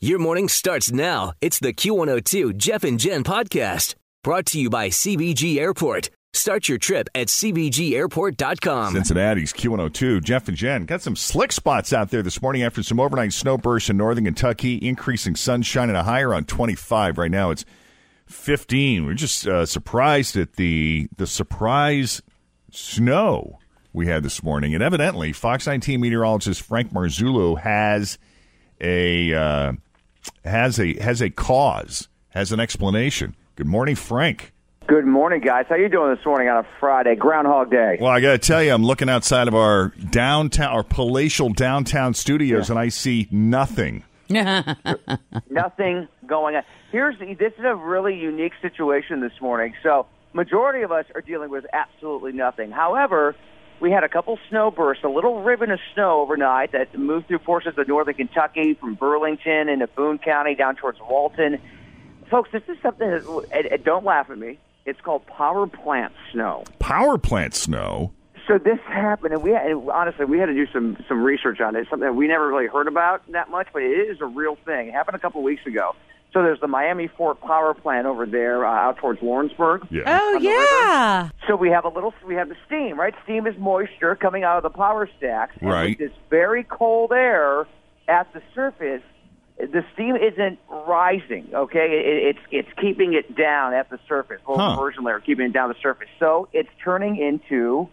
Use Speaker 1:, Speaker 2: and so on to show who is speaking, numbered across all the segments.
Speaker 1: Your morning starts now. It's the Q102 Jeff and Jen podcast brought to you by CBG Airport. Start your trip at CBGAirport.com.
Speaker 2: Cincinnati's Q102. Jeff and Jen got some slick spots out there this morning after some overnight snowbursts in northern Kentucky, increasing sunshine and a higher on 25. Right now it's 15. We're just uh, surprised at the the surprise snow we had this morning. And evidently, Fox 19 meteorologist Frank Marzullo has a uh, has a has a cause, has an explanation. Good morning, Frank.
Speaker 3: Good morning, guys. How you doing this morning on a Friday, Groundhog Day?
Speaker 2: Well, I got to tell you, I'm looking outside of our downtown, our palatial downtown studios, and I see nothing.
Speaker 3: Nothing going on. Here's the, this is a really unique situation this morning. So, majority of us are dealing with absolutely nothing. However, we had a couple snow bursts, a little ribbon of snow overnight that moved through portions of northern Kentucky from Burlington into Boone County down towards Walton. Folks, this is something that and- and don't laugh at me. It's called power plant snow.
Speaker 2: Power plant snow.
Speaker 3: So this happened, and we had, and honestly we had to do some some research on it. It's something that we never really heard about that much, but it is a real thing. It happened a couple weeks ago. So there's the Miami Fort power plant over there uh, out towards Lawrenceburg.
Speaker 2: Yeah.
Speaker 3: Oh yeah. So we have a little we have the steam, right? Steam is moisture coming out of the power stacks. and with
Speaker 2: Right.
Speaker 3: This very cold air at the surface. The steam isn't rising, okay? It, it's it's keeping it down at the surface. Well,
Speaker 2: Huh.
Speaker 3: immersion layer keeping it down the surface. So it's turning into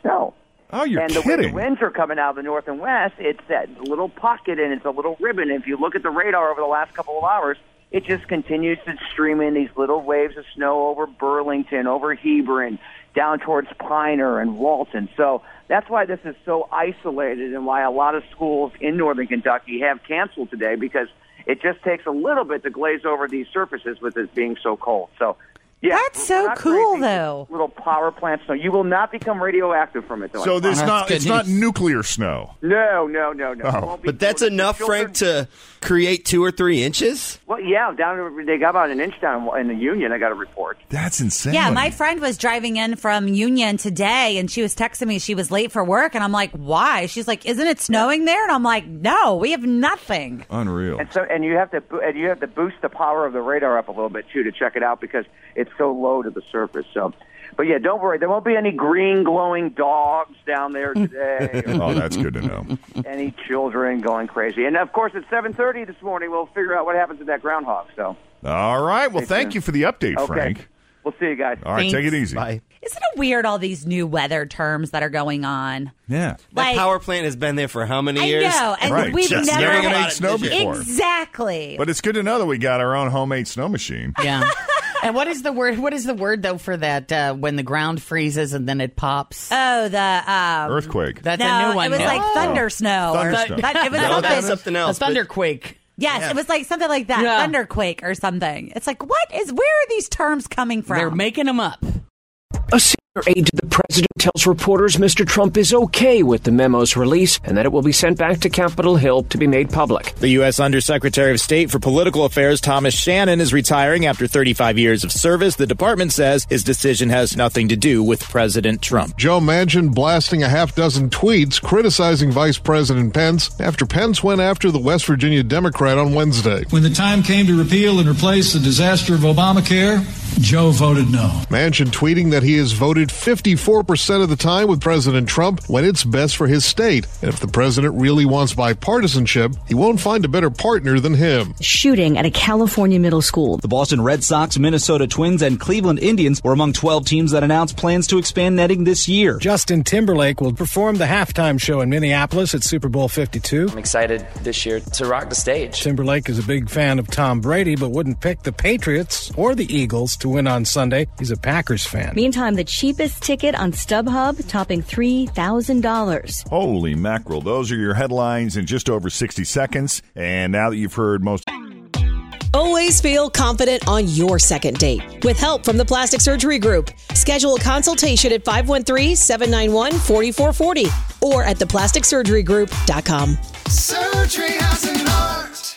Speaker 3: snow.
Speaker 2: Oh, you're
Speaker 3: and the way
Speaker 2: kidding.
Speaker 3: the winds are coming out of the north and west, it's that little pocket and it's a little ribbon. If you look at the radar over the last couple of hours, it just continues to stream in these little waves of snow over Burlington, over Hebron, down towards Piner and Walton. So that's why this is so isolated and why a lot of schools in northern Kentucky have canceled today because it just takes a little bit to glaze over these surfaces with it being so cold. So yeah,
Speaker 4: That's
Speaker 3: we're
Speaker 4: so
Speaker 3: not
Speaker 4: cool,
Speaker 3: crazy.
Speaker 4: though.
Speaker 3: Little power plant snow. You will not become radioactive from it, though. I
Speaker 2: So this
Speaker 3: promise.
Speaker 2: not
Speaker 5: good
Speaker 2: it's not
Speaker 5: news.
Speaker 2: nuclear snow.
Speaker 3: No, no, no,
Speaker 6: Oh.
Speaker 3: no. It won't be
Speaker 7: But that's
Speaker 3: children.
Speaker 7: enough,
Speaker 3: Children-
Speaker 7: Frank, to create two or three inches?
Speaker 3: Well, yeah, down they got about an inch down in the Union. I got a report.
Speaker 2: That's insane.
Speaker 4: Yeah, my friend was driving in from Union today and she was texting me she was late for work and I'm like, "Why?" She's like, "Isn't it snowing there?" And I'm like, "No, we have nothing."
Speaker 2: unreal.
Speaker 3: And so, and you have to, bo- and you have to boost the power of the radar up a little bit too to check it out because it's so low to the surface. So, but yeah, don't worry, there won't be any green glowing dogs down there today, or
Speaker 2: Oh, that's good to know.
Speaker 3: any children going crazy. And of course, at seven thirty this morning, we'll figure out what happens to that groundhog. So,
Speaker 2: All right. Well, thank you for the update,
Speaker 3: okay,
Speaker 2: Frank.
Speaker 3: we'll see you guys.
Speaker 2: All right, take it easy.
Speaker 7: Bye.
Speaker 4: Isn't it weird all these new weather terms that are going on?
Speaker 2: Yeah.
Speaker 7: That
Speaker 4: Like-
Speaker 7: power plant has been there for how many
Speaker 4: I
Speaker 7: years?
Speaker 4: know, and
Speaker 2: Right.
Speaker 4: we've
Speaker 2: Just
Speaker 4: never
Speaker 2: never
Speaker 7: hearing
Speaker 2: had
Speaker 7: about it
Speaker 2: snow
Speaker 7: this year.
Speaker 2: before.
Speaker 4: Exactly.
Speaker 2: But it's good to know that we got our own homemade snow machine.
Speaker 5: Yeah. and what is the word? What is the word though for that uh, when the ground freezes and then it pops?
Speaker 4: oh, the um
Speaker 2: Earthquake.
Speaker 5: That's a
Speaker 4: no,
Speaker 5: new one.
Speaker 4: it was
Speaker 5: now.
Speaker 4: like thunder snow. or-
Speaker 2: Thunder snow.
Speaker 4: That- it was
Speaker 7: No,
Speaker 4: something-
Speaker 7: that's something
Speaker 5: a
Speaker 7: else. but-
Speaker 5: thunderquake.
Speaker 4: yes, it was like something like that,
Speaker 5: Yeah.
Speaker 4: thunderquake or something. It's like, what is? Where are these terms coming from?
Speaker 5: They're making them up.
Speaker 1: A
Speaker 8: Aide to the president tells reporters Mr. Trump is okay with the memo's release and that it will be sent back to Capitol Hill to be made public.
Speaker 9: The U.S. Undersecretary of State for Political Affairs, Thomas Shannon, is retiring after 35 years of service. The department says his decision has nothing to do with President Trump.
Speaker 10: Joe Manchin blasting a half dozen tweets criticizing Vice President Pence after Pence went after the West Virginia Democrat on Wednesday.
Speaker 11: When the time came to repeal and replace the disaster of Obamacare, Joe voted no.
Speaker 10: Manchin tweeting that he has voted 54% of the time with President Trump when it's best for his state. And if the president really wants bipartisanship, he won't find a better partner than him.
Speaker 12: Shooting at a California middle school.
Speaker 7: The Boston Red Sox, Minnesota Twins, and Cleveland Indians were among 12 teams that announced plans to expand netting this year.
Speaker 13: Justin Timberlake will perform the halftime show in Minneapolis at Super Bowl 52.
Speaker 14: I'm excited this year to rock the stage.
Speaker 13: Timberlake is a big fan of Tom Brady, but wouldn't pick the Patriots or the Eagles to win on Sunday. He's a Packers fan.
Speaker 12: Meantime, the cheapest ticket on StubHub, topping $3,000.
Speaker 2: Holy mackerel. Those are your headlines in just over 60 seconds. And now that you've heard most.
Speaker 15: Always feel confident on your second date. With help from the Plastic Surgery Group, schedule a consultation at 513 791 4440 or at theplasticsurgerygroup.com.
Speaker 16: Surgery has an art.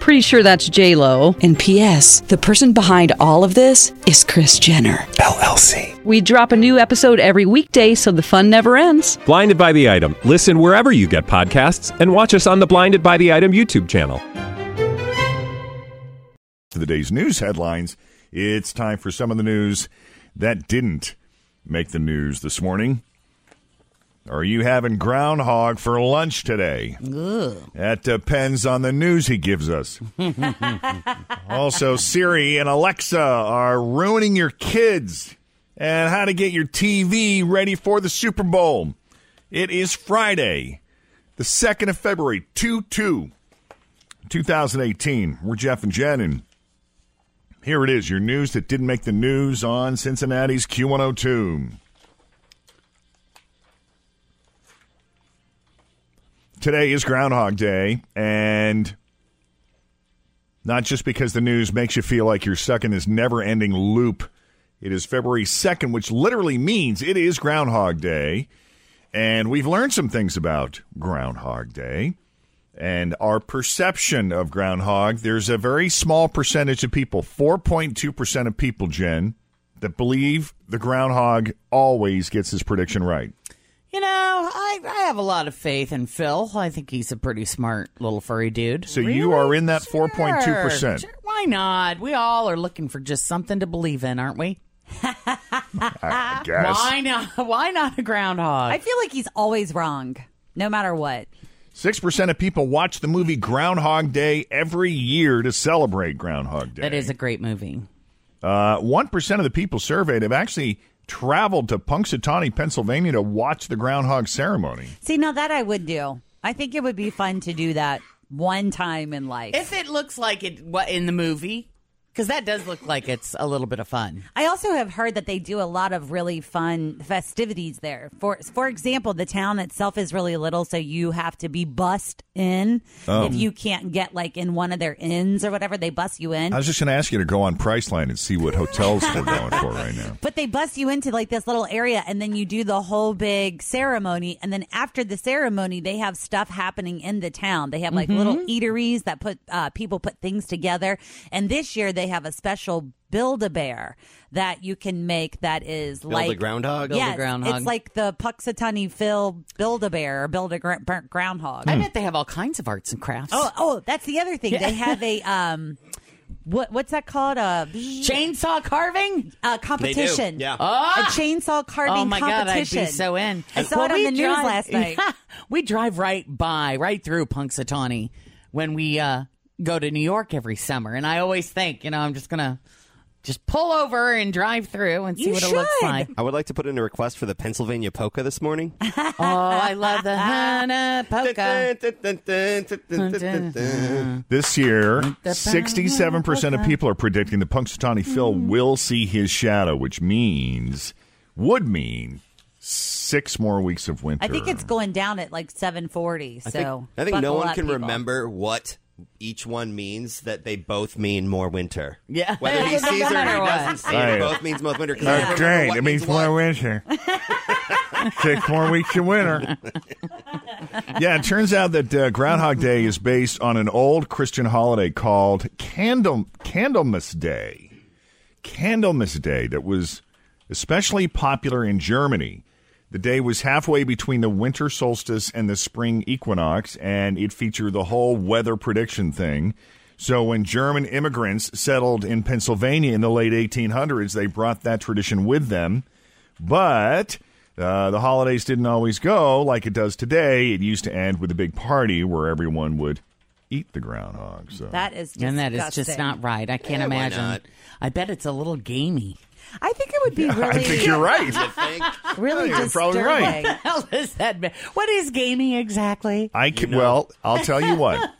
Speaker 17: Pretty sure that's J Lo.
Speaker 18: And P.S. The person behind all of this is Chris Jenner
Speaker 1: LLC.
Speaker 17: We drop a new episode every weekday, so the fun never ends.
Speaker 1: Blinded by the item. Listen wherever you get podcasts, and watch us on the Blinded by the Item YouTube channel.
Speaker 2: To the day's news headlines, it's time for some of the news that didn't make the news this morning. Are you having groundhog for lunch today?
Speaker 4: Ugh.
Speaker 2: That depends on the news he gives us. also, Siri and Alexa are ruining your kids and how to get your TV ready for the Super Bowl. It is Friday, the 2nd of February, 2 2, 2018. We're Jeff and Jen, and here it is your news that didn't make the news on Cincinnati's Q102. today is Groundhog Day, and not just because the news makes you feel like you're stuck in this never ending loop. It is February 2nd, which literally means it is Groundhog Day. And we've learned some things about Groundhog Day and our perception of Groundhog. There's a very small percentage of people, 4.2% of people, Jen, that believe the Groundhog always gets his prediction right.
Speaker 19: You know, I, I have a lot of faith in Phil. I think he's a pretty smart little furry dude.
Speaker 2: So you are in that 4.2%.
Speaker 19: Sure, why not? We all are looking for just something to believe in, aren't we?
Speaker 2: I guess.
Speaker 19: Why not? Why not a groundhog?
Speaker 4: I feel like he's always wrong, no matter what.
Speaker 2: 6% of people watch the movie Groundhog Day every year to celebrate Groundhog Day.
Speaker 19: That is a great movie.
Speaker 2: Uh, 1% of the people surveyed have actually traveled to Punxsutawney, Pennsylvania to watch the groundhog ceremony.
Speaker 4: See, now that I would do. I think it would be fun to do that one time in life.
Speaker 19: If it looks like it what in the movie, because that does look like it's a little bit of fun.
Speaker 4: I also have heard that they do a lot of really fun festivities there. For for example, the town itself is really little, so you have to be bussed in.
Speaker 2: Oh.
Speaker 4: If you can't get like in one of their inns or whatever, they bus you in.
Speaker 2: I was just going to ask you to go on Priceline and see what hotels we're going for right now.
Speaker 4: But they bust you into like this little area and then you do the whole big ceremony. And then after the ceremony, they have stuff happening in the town. They have like little eateries that put uh, people put things together. And this year they have a special build a bear that you can make that is
Speaker 20: Build a
Speaker 4: like
Speaker 20: groundhog? Build a
Speaker 4: Yeah,
Speaker 19: groundhog.
Speaker 4: it's like the Puxatani Phil build a bear or build a gr- burnt groundhog.
Speaker 19: I bet they have all kinds of arts and crafts.
Speaker 4: Oh, oh, that's the other thing. They have a um, what what's that called? Uh, A
Speaker 19: chainsaw carving.
Speaker 4: a Uh, competition.
Speaker 20: yeah.
Speaker 4: a chainsaw carving
Speaker 19: Ah! Oh my god, I'd
Speaker 4: competition.
Speaker 19: be so in.
Speaker 4: I saw it on
Speaker 19: we
Speaker 4: the news
Speaker 19: drive-
Speaker 4: last night.
Speaker 19: we drive right by, right through Punxsutawney when we uh, go to New York every summer, and I always think, you know, I'm just gonna Just pull over and drive through and see
Speaker 4: You
Speaker 19: what it looks
Speaker 4: should.
Speaker 19: like.
Speaker 6: I would like to put in a request for the Pennsylvania polka this morning.
Speaker 19: oh, I love the Hana polka.
Speaker 2: This year, 67% of people are predicting that Punxsutawney Phil will see his shadow, which means, would mean, six more weeks of winter.
Speaker 4: I think it's going down at like 740. So
Speaker 6: I think, I think no
Speaker 4: buckle
Speaker 6: one
Speaker 4: up,
Speaker 6: can
Speaker 4: people.
Speaker 6: remember what each one means. That they both mean more winter.
Speaker 19: Yeah.
Speaker 6: Whether he
Speaker 19: It doesn't
Speaker 6: sees it or
Speaker 19: matter
Speaker 6: he
Speaker 19: what.
Speaker 6: doesn't see it,
Speaker 2: Right.
Speaker 6: it both means both winter. 'cause I remember
Speaker 2: Okay,
Speaker 6: what
Speaker 2: it means more winter. Six more weeks of winter. yeah, it turns out that uh, Groundhog Day is based on an old Christian holiday called Candle Candlemas Day. Candlemas Day that was especially popular in Germany. The day was halfway between the winter solstice and the spring equinox, and it featured the whole weather prediction thing. So, when German immigrants settled in Pennsylvania in the late 1800s, they brought that tradition with them. But uh, the holidays didn't always go like it does today. It used to end with a big party where everyone would eat the groundhog. So
Speaker 4: That is just
Speaker 19: and that is just not right. I can't
Speaker 6: Yeah, why
Speaker 19: imagine.
Speaker 6: not?
Speaker 19: I bet it's a little gamey.
Speaker 4: I think it would be really.
Speaker 2: I think you're right.
Speaker 6: You think?
Speaker 4: Really
Speaker 2: You're
Speaker 4: disturbing.
Speaker 2: probably right.
Speaker 19: The hell does that mean? What is gamey exactly?
Speaker 2: I can, well, I'll tell you what.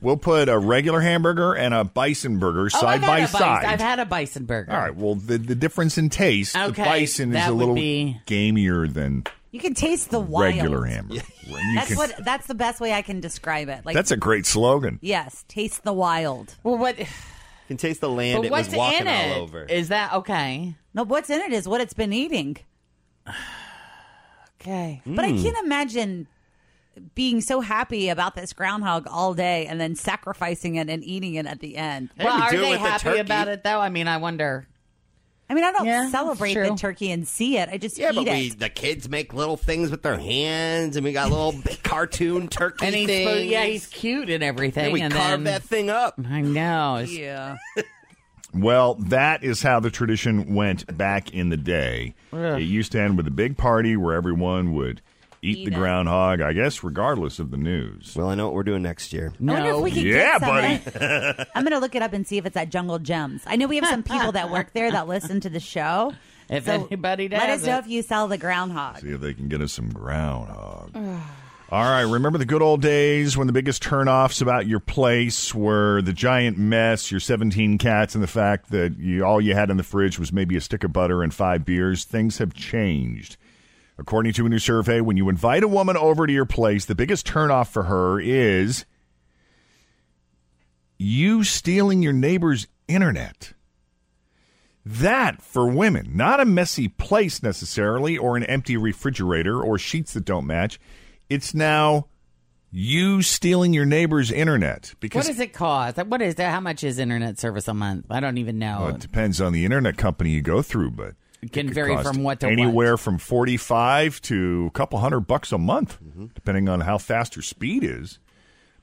Speaker 2: We'll put a regular hamburger and a bison burger
Speaker 19: oh, I've
Speaker 2: side
Speaker 19: had
Speaker 2: by
Speaker 19: a bison-
Speaker 2: side.
Speaker 19: I've had a bison burger.
Speaker 2: All right. Well, the, the difference in taste, the
Speaker 19: Okay,
Speaker 2: bison is
Speaker 19: that
Speaker 2: a
Speaker 19: would
Speaker 2: little
Speaker 19: be-
Speaker 2: gamier than
Speaker 4: You can taste the wild.
Speaker 2: regular hamburger. You
Speaker 4: That's
Speaker 2: can-
Speaker 4: what. That's the best way I can describe it. Like
Speaker 2: that's a great slogan.
Speaker 4: yes, taste the wild.
Speaker 19: Well, what?
Speaker 6: You can taste the land.
Speaker 19: But
Speaker 6: It was
Speaker 19: what's
Speaker 6: walking
Speaker 19: in it?
Speaker 6: all over.
Speaker 19: Is that okay?
Speaker 4: No, what's in it is what it's been eating.
Speaker 19: Okay.
Speaker 4: But
Speaker 6: Hmm.
Speaker 4: I can't imagine being so happy about this groundhog all day and then sacrificing it and eating it at the end.
Speaker 19: Well,
Speaker 6: you
Speaker 19: are
Speaker 6: do it
Speaker 19: they
Speaker 6: with the
Speaker 19: happy
Speaker 6: turkey.
Speaker 19: about it though? I mean, I wonder.
Speaker 4: I mean, I don't
Speaker 19: Yeah, that's
Speaker 4: celebrate
Speaker 19: true.
Speaker 4: the turkey and see it. I just
Speaker 6: yeah,
Speaker 4: eat
Speaker 6: but
Speaker 4: it.
Speaker 6: we the kids make little things with their hands, and we got little cartoon turkey
Speaker 19: And he's
Speaker 6: things.
Speaker 19: yeah, he's cute and everything.
Speaker 6: and we carve
Speaker 19: then-
Speaker 6: that thing up.
Speaker 19: I know. It's-
Speaker 4: yeah.
Speaker 2: Well, that is how the tradition went back in the day. It used to end with a big party where everyone would eat the groundhog, I guess, regardless of the news.
Speaker 6: Well, I know what we're doing next year.
Speaker 4: I wonder if we could
Speaker 2: Yeah,
Speaker 4: get some buddy. I'm going to look it up and see if it's at Jungle Gems. I know we have some people that work there that listen to the show.
Speaker 19: If
Speaker 4: So
Speaker 19: anybody does,
Speaker 4: Let us know
Speaker 19: it.
Speaker 4: if you sell the groundhog.
Speaker 2: See if they can get us some groundhog. All right, remember the good old days when the biggest turnoffs about your place were the giant mess, your 17 cats, and the fact that you, all you had in the fridge was maybe a stick of butter and five beers? Things have changed. According to a new survey, when you invite a woman over to your place, the biggest turnoff for her is you stealing your neighbor's internet. That for women, not a messy place necessarily, or an empty refrigerator, or sheets that don't match. It's now you stealing your neighbor's internet
Speaker 19: What
Speaker 2: because
Speaker 19: does it cost? What is that? How much is internet service a month? I don't even know.
Speaker 2: well, it depends on the internet company you go through, but
Speaker 19: It can
Speaker 2: could
Speaker 19: vary
Speaker 2: cost
Speaker 19: from what to
Speaker 2: anywhere from forty-five to a couple hundred bucks a month,
Speaker 19: Mm-hmm.
Speaker 2: depending on how fast your speed is.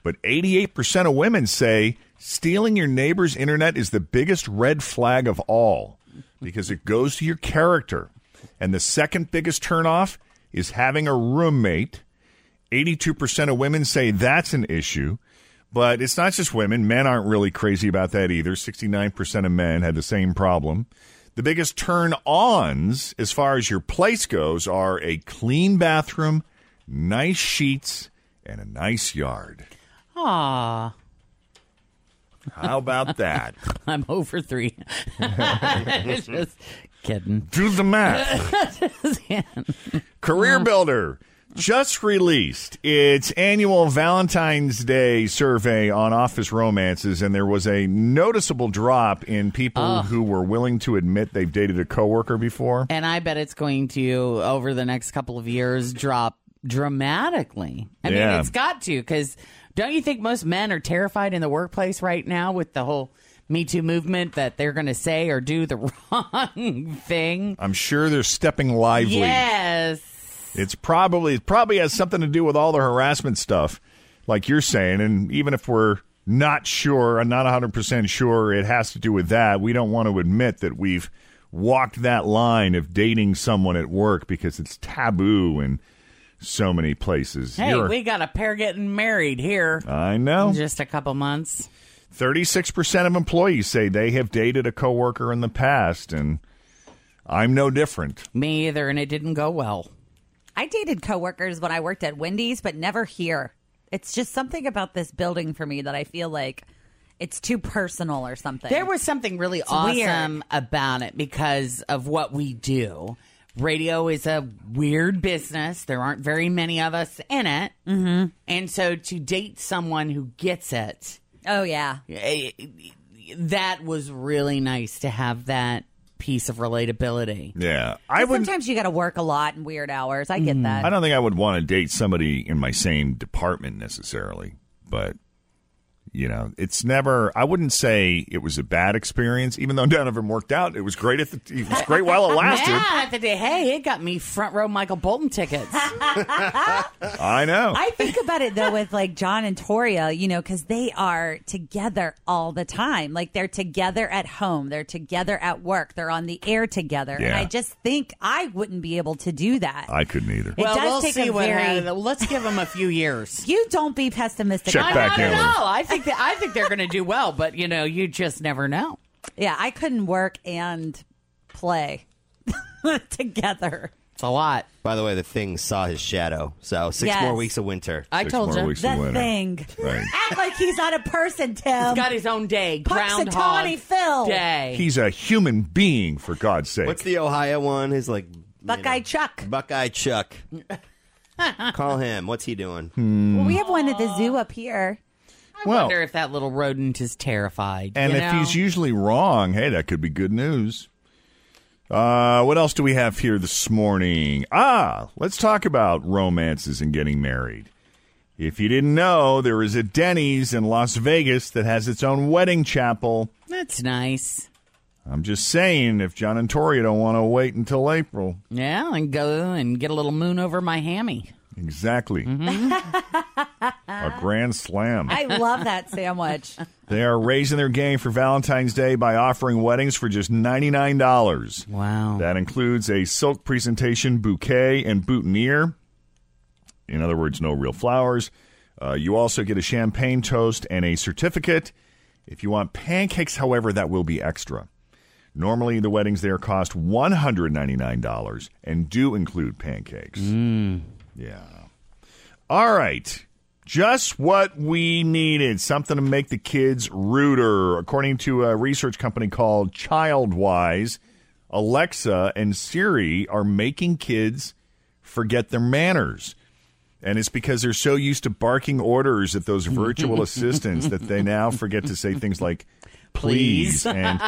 Speaker 2: But eighty-eight percent of women say stealing your neighbor's internet is the biggest red flag of all because it goes to your character. And the second biggest turnoff is having a roommate. Eighty-two percent of women say that's an issue. But it's not just women. Men aren't really crazy about that either. 69% of men had the same problem. The biggest turn ons as far as your place goes are a clean bathroom, nice sheets, and a nice yard.
Speaker 19: Aw,
Speaker 2: How about that?
Speaker 19: I'm over three. Just kidding.
Speaker 2: Do the math. Career Builder just released its annual Valentine's Day survey on office romances, and there was a noticeable drop in people who were willing to admit they've dated a coworker before.
Speaker 19: And I bet it's going to over the next couple of years drop dramatically. I
Speaker 2: Yeah.
Speaker 19: mean, it's got to because don't you think most men are terrified in the workplace right now with the whole Me Too movement that they're going to say or do the wrong thing?
Speaker 2: I'm sure they're stepping lively.
Speaker 19: Yes.
Speaker 2: It's probably it probably has something to do with all the harassment stuff, like you're saying. And even if we're not sure, I'm not 100 percent sure, it has to do with that. We don't want to admit that we've walked that line of dating someone at work because it's taboo in so many places.
Speaker 19: Hey,
Speaker 2: You're-
Speaker 19: we got a pair getting married here
Speaker 2: I know.
Speaker 19: in just a couple months.
Speaker 2: 36% of employees say they have dated a coworker in the past, and I'm no different.
Speaker 19: Me either, and it didn't go well.
Speaker 4: I dated coworkers when I worked at Wendy's, but never here. It's just something about this building for me that I feel like it's too personal or something.
Speaker 19: There was something really
Speaker 4: It's weird.
Speaker 19: awesome about it because of what we do. Radio is a weird business. There aren't very many of us in it. Mm-hmm. And so to date someone who gets it.
Speaker 4: Oh, yeah.
Speaker 19: eh, That was really nice to have that piece of relatability.
Speaker 2: Yeah.
Speaker 4: I Sometimes you got to work a lot and weird hours. I get that.
Speaker 2: I don't think I would want to date somebody in my same department necessarily, but you know, it's never. I wouldn't say it was a bad experience, even though none of them worked out. It was great at the. It was great while it lasted.
Speaker 19: Yeah, the day, hey, it got me front row Michael Bolton tickets.
Speaker 2: I know.
Speaker 4: I think about it though with like John and Toria, you know, because they are together all the time. Like they're together at home, they're together at work, they're on the air together. And
Speaker 2: Yeah.
Speaker 4: I just think I wouldn't be able to do that.
Speaker 2: I couldn't either.
Speaker 19: well,
Speaker 4: it does
Speaker 19: we'll
Speaker 4: take
Speaker 19: see
Speaker 4: a
Speaker 19: what
Speaker 4: very.
Speaker 19: happens. Let's give them a few years.
Speaker 4: You don't be pessimistic.
Speaker 2: Check
Speaker 4: about
Speaker 2: back in.
Speaker 4: it.
Speaker 19: No, I think that I think they're going to do well, but you know, you just never know.
Speaker 4: Yeah, I couldn't work and play together.
Speaker 19: It's a lot.
Speaker 6: By the way, the thing saw his shadow. So six
Speaker 4: Yes.
Speaker 6: more weeks of winter.
Speaker 4: I Six told more ya. weeks of The winter. thing.
Speaker 2: Right.
Speaker 4: Act like he's not a person, Tim.
Speaker 19: He's got his own day.
Speaker 4: Puxatawny
Speaker 19: Groundhog
Speaker 4: Phil.
Speaker 19: Day.
Speaker 2: He's a human being, for God's sake.
Speaker 6: What's the Ohio one? His like
Speaker 4: Buckeye Chuck.
Speaker 6: Buckeye Chuck. Call him. What's he doing?
Speaker 2: Mm.
Speaker 4: Well, we have one at the zoo up here.
Speaker 19: I wonder if that little rodent is terrified.
Speaker 2: And
Speaker 19: you
Speaker 2: if
Speaker 19: know?
Speaker 2: he's usually wrong, hey, that could be good news. Uh, what else do we have here this morning? Ah, let's talk about romances and getting married. If you didn't know, there is a Denny's in Las Vegas that has its own wedding chapel.
Speaker 19: that's nice.
Speaker 2: I'm just saying, if John and Tori don't want to wait until April,
Speaker 19: Yeah, and go and get a little moon over my hammy.
Speaker 2: exactly.
Speaker 19: Mm-hmm.
Speaker 2: a grand slam.
Speaker 4: I love that sandwich.
Speaker 2: They are raising their game for Valentine's Day by offering weddings for just $99.
Speaker 19: Wow.
Speaker 2: That includes a silk presentation bouquet and boutonniere. In other words, no real flowers. Uh, you also get a champagne toast and a certificate. If you want pancakes, however, that will be extra. Normally, the weddings there cost $199 and do include pancakes. Yeah. All right. Just what we needed something to make the kids ruder. According to a research company called Childwise, Alexa and Siri are making kids forget their manners. And it's because they're so used to barking orders at those virtual assistants that they now forget to say things like please,
Speaker 19: Please.
Speaker 2: and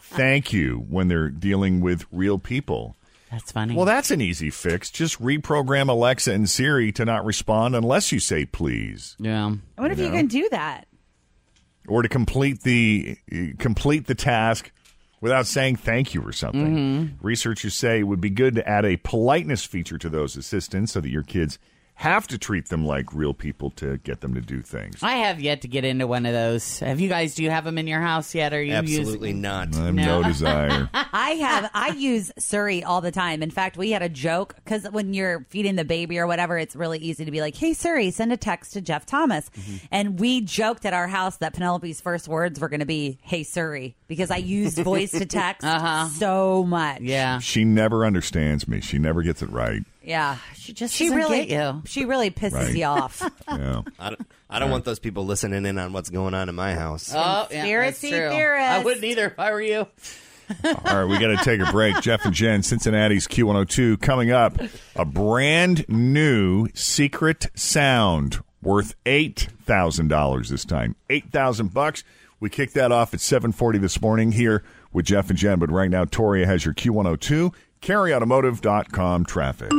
Speaker 2: thank you when they're dealing with real people.
Speaker 19: That's funny.
Speaker 2: Well, that's an easy fix. Just reprogram Alexa and Siri to not respond unless you say please,
Speaker 19: yeah.
Speaker 4: I wonder if you can do that.
Speaker 2: or to complete the uh, complete the task without saying thank you or something. Researchers say it would be good to add a politeness feature to those assistants so that your kids have to treat them like real people to get them to do things.
Speaker 19: I have yet to get into one of those. Have you guys? Do you have them in your house yet? Are you
Speaker 6: Absolutely not.
Speaker 2: I have no desire.
Speaker 4: I have I use Siri all the time. In fact, we had a joke because when you're feeding the baby or whatever, it's really easy to be like, "Hey Siri, send a text to Jeff Thomas."
Speaker 19: Mm-hmm.
Speaker 4: And we joked at our house that Penelope's first words were going to be "Hey Siri" because I used voice to text so much.
Speaker 19: Uh-huh. Yeah.
Speaker 2: she never understands me. She never gets it right.
Speaker 4: yeah.
Speaker 19: She just
Speaker 4: She
Speaker 19: doesn't
Speaker 4: really,
Speaker 19: get you.
Speaker 4: she really pisses
Speaker 2: Right.
Speaker 4: you off.
Speaker 2: Yeah.
Speaker 6: I don't, I don't want those people listening in on what's going on in my house.
Speaker 19: Oh, yeah, that's
Speaker 4: Conspiracy
Speaker 19: true.
Speaker 4: theorist.
Speaker 19: I wouldn't either if I were you.
Speaker 2: All right, we got to take a break. Jeff and Jen, Cincinnati's Q102 coming up. A brand new secret sound worth $8,000 this time. 8,000 bucks. We kicked that off at 7:40 this morning here with Jeff and Jen, but right now Toria has your Q102 carryautomotive.com traffic.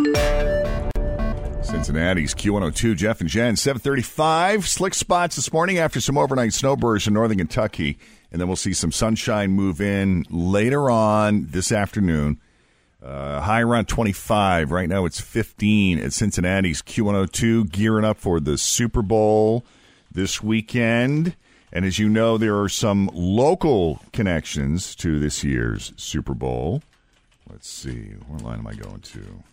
Speaker 2: Cincinnati's Q102, Jeff and Jen, 735. Slick spots this morning after some overnight snowbursts in northern Kentucky. And then we'll see some sunshine move in later on this afternoon. Uh, high around 25. Right now it's 15 at Cincinnati's Q102, gearing up for the Super Bowl this weekend. And as you know, there are some local connections to this year's Super Bowl. Let's see. What line am I going to?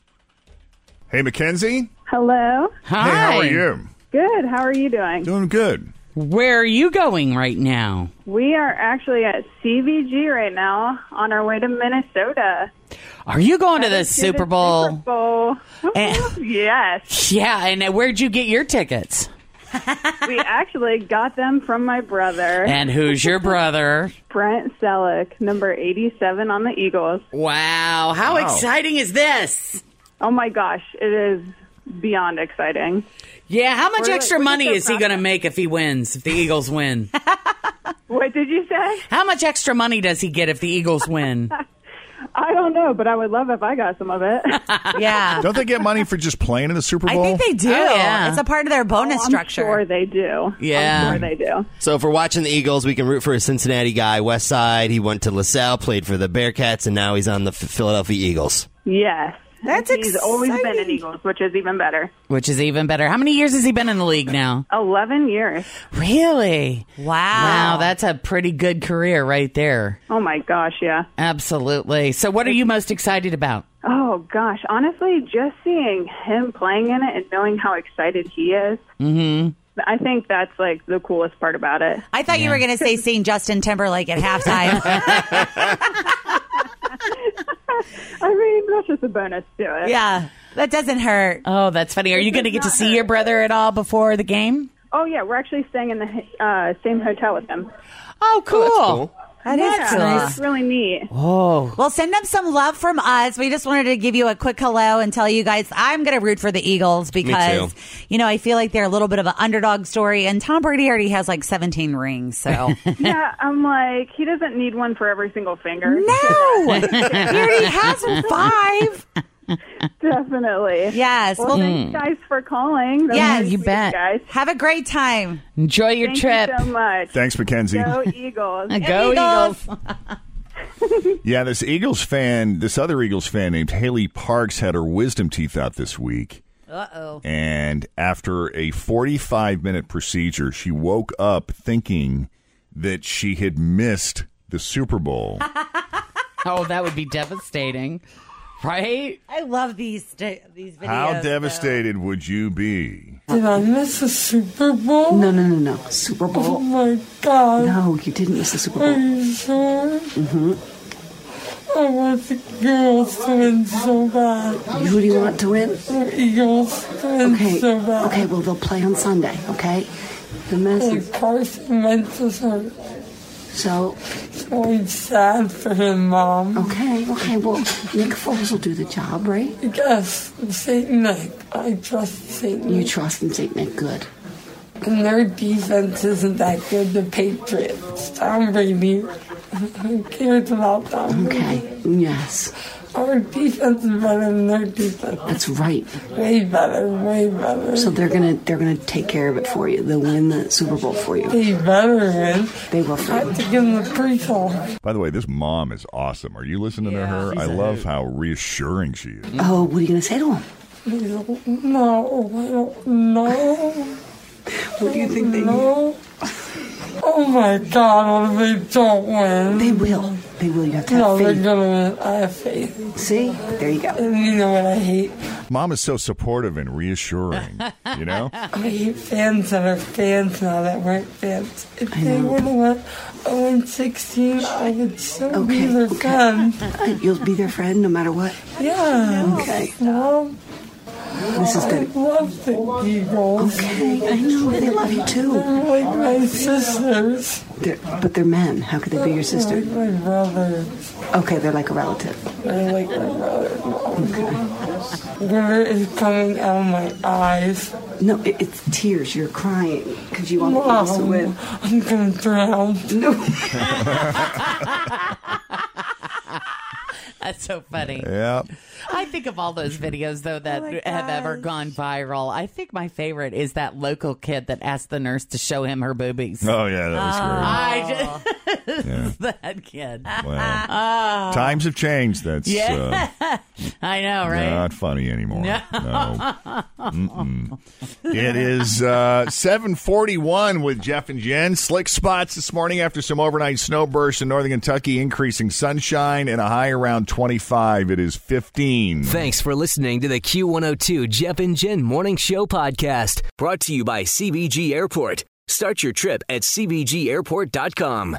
Speaker 2: Hey, Mackenzie.
Speaker 7: Hello.
Speaker 2: Hey,
Speaker 19: Hi.
Speaker 2: how are you?
Speaker 7: Good. How are you doing?
Speaker 2: Doing good.
Speaker 19: Where are you going right now?
Speaker 7: We are actually at CVG right now on our way to Minnesota.
Speaker 19: Are you going to the
Speaker 7: Let's do
Speaker 19: Super Bowl?
Speaker 7: Super Bowl. Oh, yes.
Speaker 19: Yeah, and uh, where'd you get your tickets?
Speaker 7: we actually got them from my brother.
Speaker 19: And who's your brother?
Speaker 7: Brent Selleck, number 87 on the Eagles.
Speaker 19: Wow. How Wow. exciting is this?
Speaker 7: Oh my gosh, it is beyond exciting.
Speaker 19: Yeah, how much
Speaker 7: We're like-
Speaker 19: extra
Speaker 7: we're
Speaker 19: money
Speaker 7: so
Speaker 19: is he going to make if he wins, if the Eagles win?
Speaker 7: What did you say?
Speaker 19: How much extra money does he get if the Eagles win?
Speaker 7: I don't know, but I would love if I got some of it.
Speaker 4: yeah.
Speaker 2: Don't they get money for just playing in the Super Bowl?
Speaker 4: They do.
Speaker 7: Oh, yeah.
Speaker 4: It's a part of their bonus
Speaker 7: Oh, I'm
Speaker 4: structure.
Speaker 7: sure they do.
Speaker 6: Yeah.
Speaker 7: I'm sure they do.
Speaker 6: So if we're watching the Eagles, we can root for a Cincinnati guy, West Side. He went to LaSalle, played for the Bearcats, and now he's on the F- Philadelphia Eagles.
Speaker 7: Yes. That's He's always been an Eagles, which is even better.
Speaker 19: Which is even better. How many years has he been in the league now?
Speaker 7: 11 years.
Speaker 19: Really?
Speaker 7: Wow.
Speaker 19: Wow, that's a pretty good career right there.
Speaker 7: Oh my gosh, yeah.
Speaker 19: Absolutely. So, what are you most excited about?
Speaker 7: Oh gosh, honestly, just seeing him playing in it and knowing how excited he is,
Speaker 19: Mm-hmm.
Speaker 7: I think that's like the coolest part about it.
Speaker 4: I thought you were going to say seeing Justin Timberlake at halftime.
Speaker 7: I mean, that's just a bonus to it.
Speaker 4: yeah. That doesn't hurt.
Speaker 19: Oh, that's funny. Are you going to get to see your brother at all before the game?
Speaker 7: Oh yeah, we're actually staying in the uh, same hotel with him.
Speaker 19: Oh, cool.
Speaker 4: That is
Speaker 7: yeah,
Speaker 4: cool.
Speaker 7: It's really neat.
Speaker 19: Oh.
Speaker 4: Well, send them some love from us. We just wanted to give you a quick hello and tell you guys I'm going to root for the Eagles because,
Speaker 6: too.
Speaker 4: you know, I feel like they're a little bit of an underdog story. And Tom Brady already has like 17 rings. So
Speaker 7: yeah, I'm like, he doesn't need one for every single finger.
Speaker 4: No, he already has five.
Speaker 7: Definitely.
Speaker 4: Yes.
Speaker 7: Well,
Speaker 4: Well-
Speaker 7: thanks guys for calling. That
Speaker 4: Mm.
Speaker 7: was
Speaker 4: Yeah,
Speaker 7: really
Speaker 4: you
Speaker 7: sweet of
Speaker 4: bet.
Speaker 7: Guys,
Speaker 4: have a great time.
Speaker 19: Enjoy your
Speaker 7: Thank
Speaker 19: trip.
Speaker 7: You so much.
Speaker 2: Thanks, Mackenzie.
Speaker 7: Go Eagles.
Speaker 19: Go Eagles.
Speaker 2: Yeah, this Eagles fan, this other Eagles fan named Haley Parks had her wisdom teeth out this week.
Speaker 4: Uh oh.
Speaker 2: And after a 45 minute procedure, she woke up thinking that she had missed the Super Bowl.
Speaker 19: Oh, that would be devastating, right?
Speaker 4: I love these st- these videos.
Speaker 2: How devastated would you be?
Speaker 21: Did I miss the Super Bowl?
Speaker 15: No, no, no, no. Super Bowl.
Speaker 21: Oh my god.
Speaker 15: No, you didn't miss the Super
Speaker 21: Are
Speaker 15: Bowl.
Speaker 21: you sure?
Speaker 15: hmm
Speaker 21: I want the Eagles to win so bad.
Speaker 15: You really want to win?
Speaker 21: The Eagles to win
Speaker 15: Okay.
Speaker 21: so bad.
Speaker 15: Okay, well, they'll play on Sunday, okay? The
Speaker 21: And
Speaker 15: message.
Speaker 21: Carson Wentz is hurt.
Speaker 15: So,
Speaker 21: So it's sad for him, Mom.
Speaker 15: okay, okay, well, Nick Foles will do the job, right?
Speaker 21: Yes, St. Nick. I trust St. Nick.
Speaker 15: You trust him, St. Nick. Good.
Speaker 21: And their defense isn't that good, the Patriots. Tom Brady. Who cares about Tom Brady?
Speaker 15: Okay. Yes.
Speaker 21: Our defense is better than their defense.
Speaker 15: That's right.
Speaker 21: Way better, way better.
Speaker 15: So they're gonna they're gonna take care of it for you. They'll win the Super Bowl for you.
Speaker 21: they better win.
Speaker 15: They will.
Speaker 21: I have to give them the pre-call.
Speaker 2: By the way, this mom is awesome. Are you listening to her? I love how reassuring she is.
Speaker 15: Oh, what are you gonna say to him?
Speaker 21: No, no.
Speaker 15: What do you think they
Speaker 21: No. Oh my God! What if they don't win?
Speaker 15: They will. They will. You have to
Speaker 21: No,
Speaker 15: have
Speaker 21: they're
Speaker 15: faith.
Speaker 21: gonna win. I have faith.
Speaker 15: See, there you go.
Speaker 21: And you know what I hate?
Speaker 2: Mom is so supportive and reassuring, you know?
Speaker 21: I hate fans that are fans now that weren't fans. If they would have went 0 16, I would still be
Speaker 15: Okay.
Speaker 21: their friend.
Speaker 15: Uh, You'll be their friend no matter what.
Speaker 21: Yeah.
Speaker 15: Okay.
Speaker 21: Mom,
Speaker 15: This is
Speaker 21: I
Speaker 15: good.
Speaker 21: love the Eagles.
Speaker 15: Okay. I know they love you too.
Speaker 21: They're like my sisters.
Speaker 15: They're, but they're men. How could they be
Speaker 21: They're
Speaker 15: your sister?
Speaker 21: like my brother.
Speaker 15: Okay, they're like a relative.
Speaker 21: They're like my brother. River is coming out of my eyes.
Speaker 15: No, it, it's tears. You're crying because you want the Eagles to
Speaker 21: Mom,
Speaker 15: win.
Speaker 21: I'm gonna drown.
Speaker 15: No.
Speaker 19: That's so funny.
Speaker 2: Yeah.
Speaker 19: I think of all those videos though that have ever gone viral. I think my favorite is that local kid that asked the nurse to show him her boobies.
Speaker 2: Oh, yeah, that was great.
Speaker 19: Ah. I just
Speaker 2: Yeah.
Speaker 19: that kid.
Speaker 2: Wow.
Speaker 19: Oh.
Speaker 2: Times have changed. That's
Speaker 19: yeah, I know,
Speaker 2: uh,
Speaker 19: right?
Speaker 2: not funny anymore. No. Mm-mm. It
Speaker 19: is.
Speaker 2: is uh, 741 with Jeff and Jen. Slick spots this morning after some overnight snow bursts in northern Kentucky, increasing sunshine and a high around 25. It is 15.
Speaker 1: Thanks for listening to the Q102 Jeff and Jen Morning Show podcast, brought to you by CBG Airport. Start your trip at CBGAirport.com.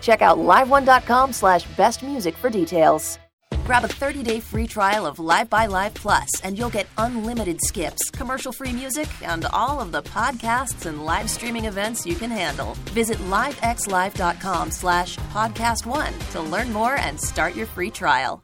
Speaker 22: Check out liveone.com slash best music for details. Grab a 30-day free trial of Live by Live Plus, and you'll get unlimited skips, commercial-free music, and all of the podcasts and live streaming events you can handle. Visit livexlive.com slash podcast one to learn more and start your free trial.